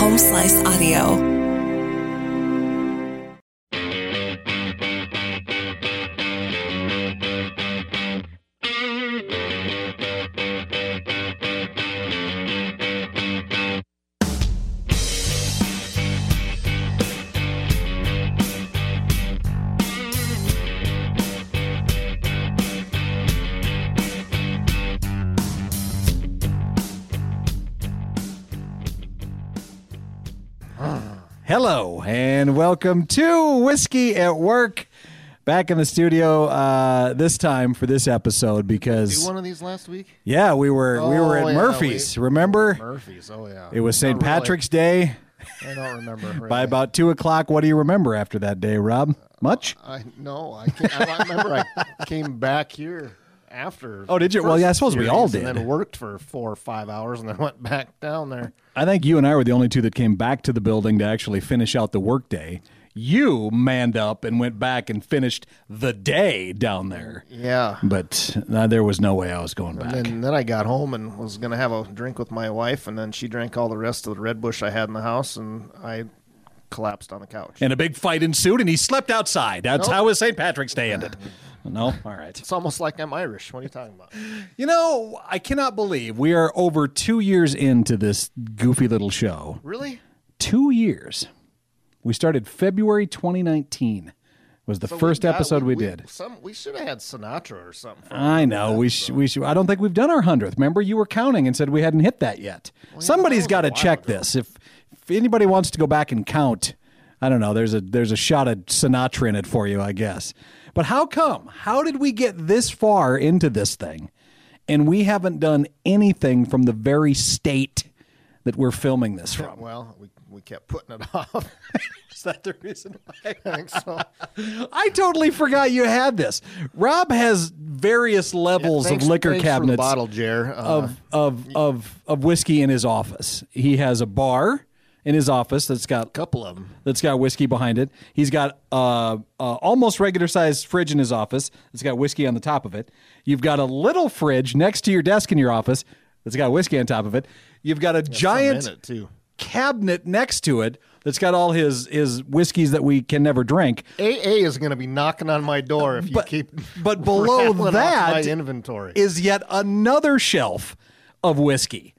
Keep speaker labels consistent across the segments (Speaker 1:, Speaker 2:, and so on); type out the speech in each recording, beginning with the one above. Speaker 1: home slice audio.
Speaker 2: Hello and welcome to Whiskey at Work. Back in the studio uh, this time for this episode
Speaker 3: do
Speaker 2: because
Speaker 3: one of these last week?
Speaker 2: yeah, we were we were at
Speaker 3: Oh, yeah,
Speaker 2: Murphy's.
Speaker 3: we-
Speaker 2: remember,
Speaker 3: Murphy's. Oh yeah.
Speaker 2: it was St.
Speaker 3: Not really.
Speaker 2: Patrick's Day.
Speaker 3: I don't remember. Really.
Speaker 2: By about two o'clock, what do you remember after that day, Rob? Much?
Speaker 3: I no. I can't, I remember I came back here after.
Speaker 2: Oh, did you? Well,
Speaker 3: first
Speaker 2: yeah, I suppose we all
Speaker 3: series And
Speaker 2: did.
Speaker 3: then worked for four or five hours, and then went back down there.
Speaker 2: I think you and I were the only two that came back to the building to actually finish out the workday. You manned up and went back and finished the day down there.
Speaker 3: Yeah.
Speaker 2: But uh, there was no way I was going back.
Speaker 3: And then, then I got home and was gonna have a drink with my wife, and then she drank all the rest of the red bush I had in the house, and I collapsed on the couch.
Speaker 2: and a big fight ensued, and he slept outside. That's
Speaker 3: Nope.
Speaker 2: how his St. Patrick's Day ended. No, all right.
Speaker 3: it's almost like I'm Irish. What are you talking about?
Speaker 2: You know, I cannot believe we are over two years into this goofy little show.
Speaker 3: Really?
Speaker 2: Two years. We started February 2019 was the
Speaker 3: So
Speaker 2: first
Speaker 3: got-
Speaker 2: episode we, did.
Speaker 3: Some we should have had Sinatra or something. for
Speaker 2: I know we sh- we sh- I don't think we've done our hundredth. Remember, you were counting and said we hadn't hit that yet. Somebody's
Speaker 3: was
Speaker 2: got
Speaker 3: a
Speaker 2: to
Speaker 3: while
Speaker 2: check
Speaker 3: ago.
Speaker 2: this. If if anybody wants to go back and count, I don't know. There's a there's a shot of Sinatra in it for you, I guess. But how come? How did we get this far into this thing, and we haven't done anything from the very state that we're filming this from?
Speaker 3: Well, we, we kept putting it off.
Speaker 2: Is that the reason why?
Speaker 3: I think so.
Speaker 2: I totally forgot you had this. Rob has various levels
Speaker 3: Thanks-
Speaker 2: of liquor
Speaker 3: thanks For the
Speaker 2: cabinets.
Speaker 3: bottle, Jer. Uh,
Speaker 2: of of of of whiskey in his office. He has a bar in his office that's got
Speaker 3: couple of them.
Speaker 2: that's got whiskey behind it. He's got uh, uh almost regular sized fridge in his office that's got whiskey on the top of it. You've got a little fridge next to your desk in your office that's got whiskey on top of it. You've got a giant
Speaker 3: minute, too.
Speaker 2: cabinet next to it that's got all his his whiskeys that we can never drink.
Speaker 3: AA is going to be knocking on my door if you
Speaker 2: But-
Speaker 3: keep.
Speaker 2: but below
Speaker 3: rattling off
Speaker 2: that
Speaker 3: my inventory.
Speaker 2: is yet another shelf of whiskey.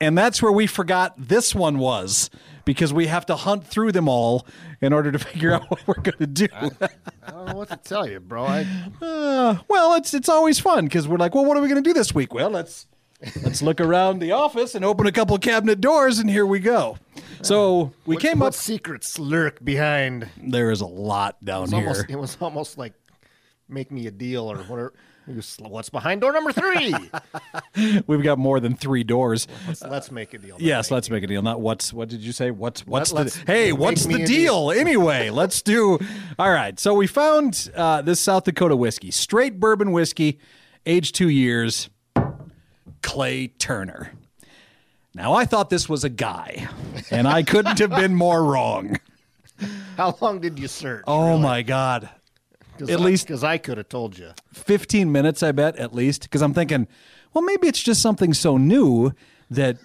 Speaker 2: And that's where we forgot this one was because we have to hunt through them all in order to figure out what we're going to do.
Speaker 3: I don't know what to tell you, bro. I,
Speaker 2: Uh, well, it's it's always fun because we're like, well, what are we going to do this week? Well, let's let's look around the office and open a couple cabinet doors, and here we go. So we came
Speaker 3: what
Speaker 2: up.
Speaker 3: secrets lurk behind?
Speaker 2: There is a lot down
Speaker 3: It's
Speaker 2: here.
Speaker 3: almost, it was almost like make me a deal or whatever. It was, What's behind door number three?
Speaker 2: We've got more than three doors.
Speaker 3: let's, let's make a deal.
Speaker 2: Yes, let's make a deal. Not what's what did you say? What's what's
Speaker 3: let's
Speaker 2: the hey?
Speaker 3: make
Speaker 2: What's
Speaker 3: me
Speaker 2: the
Speaker 3: a
Speaker 2: deal
Speaker 3: deal.
Speaker 2: anyway? Let's do. All right. So we found uh, this South Dakota whiskey, straight bourbon whiskey, aged two years. Clay Turner. Now I thought this was a guy, and I couldn't have been more wrong.
Speaker 3: How long did you search?
Speaker 2: Oh my God. at least-
Speaker 3: because I could have told you.
Speaker 2: 15 minutes, I bet, at least, because I'm thinking, well, maybe it's just something so new that.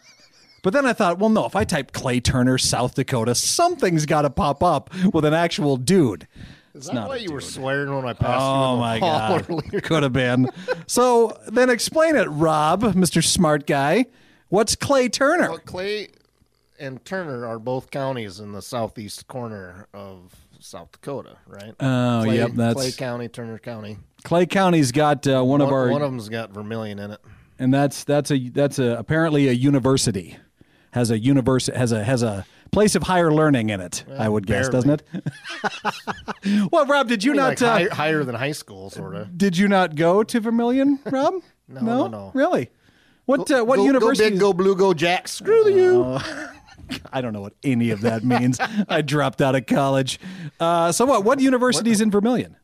Speaker 2: But then I thought, well, no, if I type Clay Turner, South Dakota, something's got to pop up with an actual dude.
Speaker 3: Is
Speaker 2: It's
Speaker 3: that
Speaker 2: not
Speaker 3: why
Speaker 2: a
Speaker 3: you
Speaker 2: dude.
Speaker 3: were swearing when I passed you?
Speaker 2: Oh
Speaker 3: in the
Speaker 2: my
Speaker 3: hall
Speaker 2: God.
Speaker 3: earlier?
Speaker 2: Could have been. So then explain it, Rob, Mr. Smart Guy. What's Clay Turner?
Speaker 3: Well, Clay and Turner are both counties in the southeast corner of South Dakota, right?
Speaker 2: Oh,
Speaker 3: Clay,
Speaker 2: yep, that's-
Speaker 3: Clay County, Turner County.
Speaker 2: Clay County's got uh, one, of
Speaker 3: One,
Speaker 2: our,
Speaker 3: one of them's got vermilion in it.
Speaker 2: and that's that's a that's a apparently a university has a universe has a has a place of higher learning in it. I would guess,
Speaker 3: barely.
Speaker 2: doesn't it? well, Rob, did you not
Speaker 3: like
Speaker 2: uh,
Speaker 3: high, higher than high school, sort of.
Speaker 2: did you not go to Vermilion, Rob?
Speaker 3: No, no, no.
Speaker 2: really. What uh, what
Speaker 3: go,
Speaker 2: university?
Speaker 3: Go big, go blue, go Jack. Uh, Screw you.
Speaker 2: I don't know what any of that means. I dropped out of college. Uh, so what? What universities in Vermilion?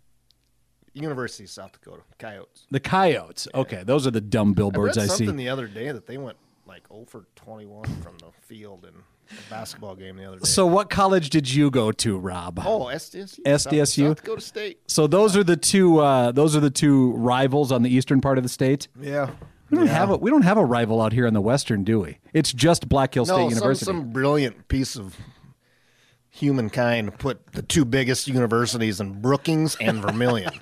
Speaker 3: University of South Dakota, Coyotes.
Speaker 2: The Coyotes. Okay, those are the dumb billboards
Speaker 3: I
Speaker 2: I,
Speaker 3: read
Speaker 2: see.
Speaker 3: something the other day that they went like 0 for 21 from the field in a basketball game the other day.
Speaker 2: so what college did you go to, Rob?
Speaker 3: oh, SDSU.
Speaker 2: SDSU?
Speaker 3: South Dakota State.
Speaker 2: So those are the two. Uh, those are the two rivals on the eastern part of the state.
Speaker 3: Yeah.
Speaker 2: We don't have a we don't have a rival out here in the Western, do we? It's just Black Hill State
Speaker 3: No, Oh, some,
Speaker 2: University.
Speaker 3: some brilliant piece of humankind put the two biggest universities in Brookings and Vermilion.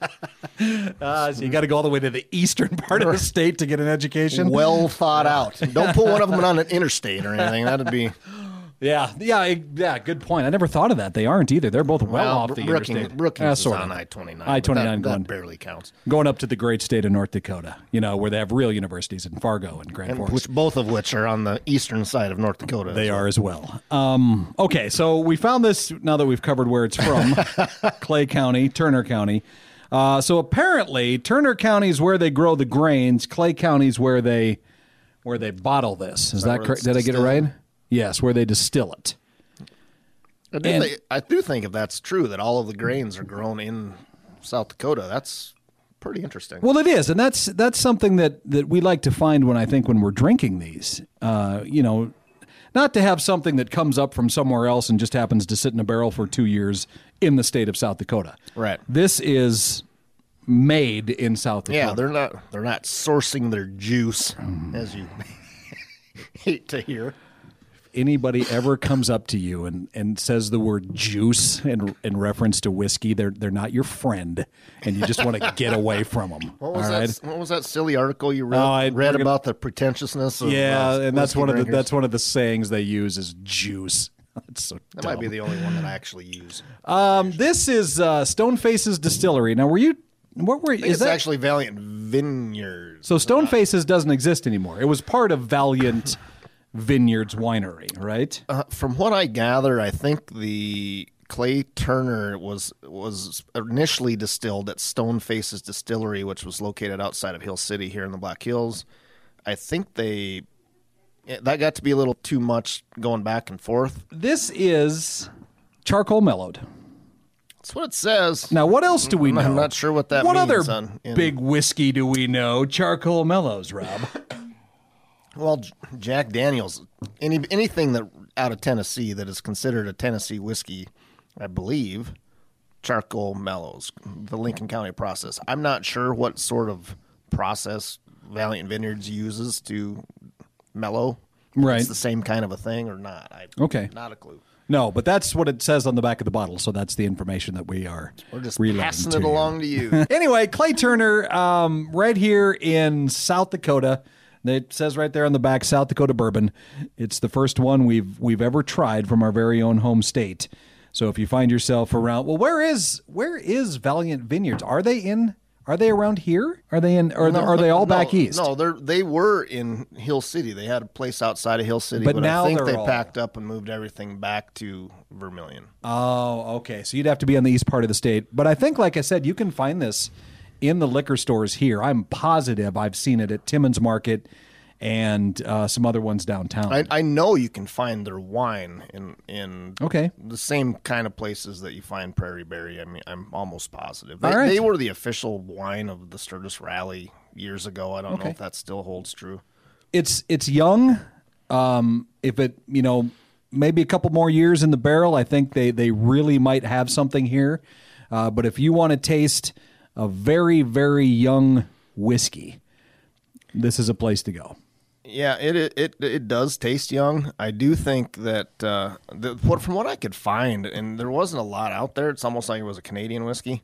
Speaker 2: Ah, so you got to go all the way to the eastern part of the state to get an education.
Speaker 3: well thought out. Don't put one of them on an interstate or anything. That'd be
Speaker 2: yeah, yeah, I- yeah. Good point. I never thought of that. They aren't either. They're both well,
Speaker 3: well,
Speaker 2: off the
Speaker 3: Brookings,
Speaker 2: interstate.
Speaker 3: Brookings
Speaker 2: Ah,
Speaker 3: is
Speaker 2: sort
Speaker 3: on
Speaker 2: of.
Speaker 3: I twenty nine.
Speaker 2: I-29 going-
Speaker 3: that, that barely counts.
Speaker 2: Going up to the great state of North Dakota, you know, where they have real universities in Fargo and Grand Forks.
Speaker 3: Which both of which are on the eastern side of North Dakota.
Speaker 2: They are as well. Um, okay, so we found this now that we've covered where it's from Clay County, Turner County. Uh, so apparently, Turner County is where they grow the grains. Clay County is where they where they bottle this. Is that,
Speaker 3: where
Speaker 2: correct?
Speaker 3: it's
Speaker 2: Did I get it right?
Speaker 3: distilled?
Speaker 2: Yes, where they distill it.
Speaker 3: I do,
Speaker 2: And-
Speaker 3: think, I do think if that's true that all of the grains are grown in South Dakota, that's pretty interesting.
Speaker 2: Well, it is, and that's that's something that that we like to find when I think when we're drinking these. Uh, you know, not to have something that comes up from somewhere else and just happens to sit in a barrel for two years in the state of South Dakota.
Speaker 3: Right.
Speaker 2: This is made in South Dakota.
Speaker 3: yeah, they're not they're not sourcing their juice
Speaker 2: Mm.
Speaker 3: as you hate to hear.
Speaker 2: anybody ever comes up to you and, and says the word juice in, in reference to whiskey, they're they're not your friend, and you just want to get away from them.
Speaker 3: What was that? What was that silly article you read,
Speaker 2: Oh, I- we're
Speaker 3: read
Speaker 2: gonna-
Speaker 3: about the pretentiousness? Of,
Speaker 2: Yeah,
Speaker 3: uh,
Speaker 2: and that's
Speaker 3: whiskey
Speaker 2: one of the
Speaker 3: drinkers?
Speaker 2: that's one of the sayings they use is juice. That's so
Speaker 3: that
Speaker 2: dumb.
Speaker 3: might be the only one that I actually use.
Speaker 2: Um, this is uh, Stoneface's Distillery. Now, were you? What were?
Speaker 3: Is
Speaker 2: Is
Speaker 3: it's
Speaker 2: that
Speaker 3: actually Valiant Vineyards.
Speaker 2: so? Stoneface's doesn't exist anymore. It was part of Valiant Vineyards Winery, right?
Speaker 3: Uh, from what I gather, I think the Clay Turner was was initially distilled at Stoneface's Distillery, which was located outside of Hill City here in the Black Hills. I think they yeah, that got to be a little too much going back and forth.
Speaker 2: This is charcoal mellowed.
Speaker 3: That's what it says.
Speaker 2: Now, what else do we know?
Speaker 3: I'm not sure what that
Speaker 2: What
Speaker 3: means
Speaker 2: other
Speaker 3: on- in-
Speaker 2: big whiskey do we know? Charcoal mellows, Rob.
Speaker 3: Well, J- Jack Daniels, any anything that out of Tennessee that is considered a Tennessee whiskey, I believe, charcoal mellows, the Lincoln County process. I'm not sure what sort of process Valiant Vineyards uses to mellow. if
Speaker 2: Right.
Speaker 3: it's the same kind of a thing or not. I,
Speaker 2: Okay.
Speaker 3: not a clue.
Speaker 2: no, but that's what it says on the back of the bottle. So that's the information that we are
Speaker 3: We're just
Speaker 2: relaying
Speaker 3: passing
Speaker 2: to
Speaker 3: it
Speaker 2: you.
Speaker 3: along to you.
Speaker 2: anyway, Clay Turner, um, right here in South Dakota. It says right there on the back, South Dakota bourbon. It's the first one we've we've ever tried from our very own home state. So if you find yourself around, well, where is where is Valiant Vineyards? Are they in? Are they around here? Are they in? Are, they, are they all
Speaker 3: No,
Speaker 2: back east?
Speaker 3: No, they they were in Hill City. They had a place outside of Hill City,
Speaker 2: But
Speaker 3: but,
Speaker 2: now
Speaker 3: I think
Speaker 2: they're
Speaker 3: they
Speaker 2: all-
Speaker 3: packed up and moved everything back to Vermilion.
Speaker 2: Oh, okay. So you'd have to be on the east part of the state. But I think, like I said, you can find this in the liquor stores here. I'm positive I've seen it at Timmins Market and uh, some other ones downtown.
Speaker 3: I, I know you can find their wine in in
Speaker 2: Okay.
Speaker 3: the same kind of places that you find Prairie Berry. I mean, I'm almost positive. They,
Speaker 2: All right.
Speaker 3: they were the official wine of the Sturgis Rally years ago. I don't know if that still holds true.
Speaker 2: it's it's young. Um, if it you know maybe a couple more years in the barrel, I think they they really might have something here. Uh, but if you want to taste a very very young whiskey, this is a place to go.
Speaker 3: Yeah, it it it, it does taste young. I do think that uh, the, what from what I could find, and there wasn't a lot out there. It's almost like it was a Canadian whiskey.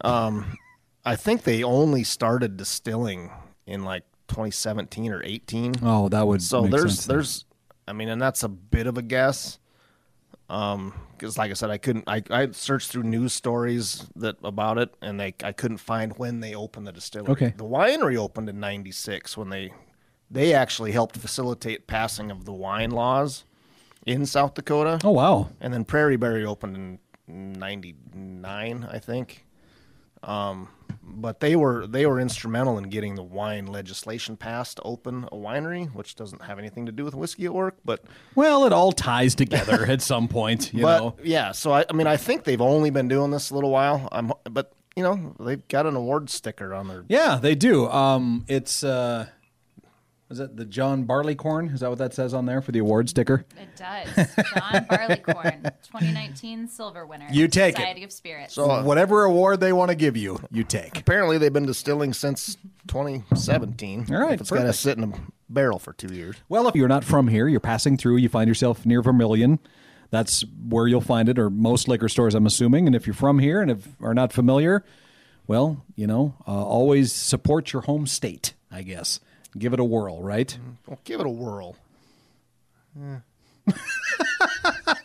Speaker 3: Um, I think they only started distilling in like 2017 or 18.
Speaker 2: Oh, that would
Speaker 3: So
Speaker 2: make
Speaker 3: there's
Speaker 2: sense.
Speaker 3: there's I mean, and that's a bit of a guess. Um, because like I said, I couldn't. I, I searched through news stories that about it, and they I couldn't find when they opened the distillery.
Speaker 2: Okay.
Speaker 3: the winery opened in '96 when they they actually helped facilitate passing of the wine laws in South Dakota,
Speaker 2: oh wow
Speaker 3: and then Prairie Berry opened in '99, I think. Um, but they were they were instrumental in getting the wine legislation passed to open a winery, which doesn't have anything to do with whiskey at work, but
Speaker 2: Well, it all ties together at some point, you
Speaker 3: but
Speaker 2: know.
Speaker 3: yeah, so I, I mean, I think they've only been doing this a little while. I'm, but you know, they've got an award sticker on their.
Speaker 2: Yeah, they do. Um, it's uh, Is that the John Barleycorn? Is that what that says on there for the award sticker?
Speaker 1: It does. John Barleycorn, 2019 silver winner.
Speaker 2: You take it.
Speaker 1: Society of Spirits.
Speaker 3: So uh,
Speaker 2: Whatever award they want to give you, you take.
Speaker 3: apparently they've been distilling since 2017.
Speaker 2: All right,
Speaker 3: If it's got to
Speaker 2: perfect.
Speaker 3: sit in a barrel for two years.
Speaker 2: Well, if you're not from here, you're passing through, you find yourself near Vermilion. That's where you'll find it, or most liquor stores, I'm assuming. And if you're from here and if, are not familiar, well, you know, uh, always support your home state, I guess. Give it a whirl, right?
Speaker 3: Well, give it a whirl.
Speaker 2: Well,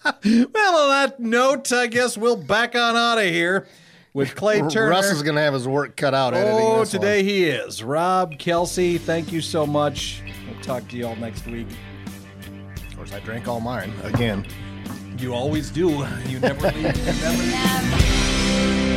Speaker 2: on that note, I guess we'll back on out of here with Clay Turner.
Speaker 3: Russ is going to have his work cut out editing
Speaker 2: oh,
Speaker 3: this one.
Speaker 2: today he is. Rob, Kelsey, thank you so much. We'll talk to you all next week.
Speaker 3: Of course, I drank all mine again.
Speaker 2: You always do. You never leave. You never
Speaker 1: Never.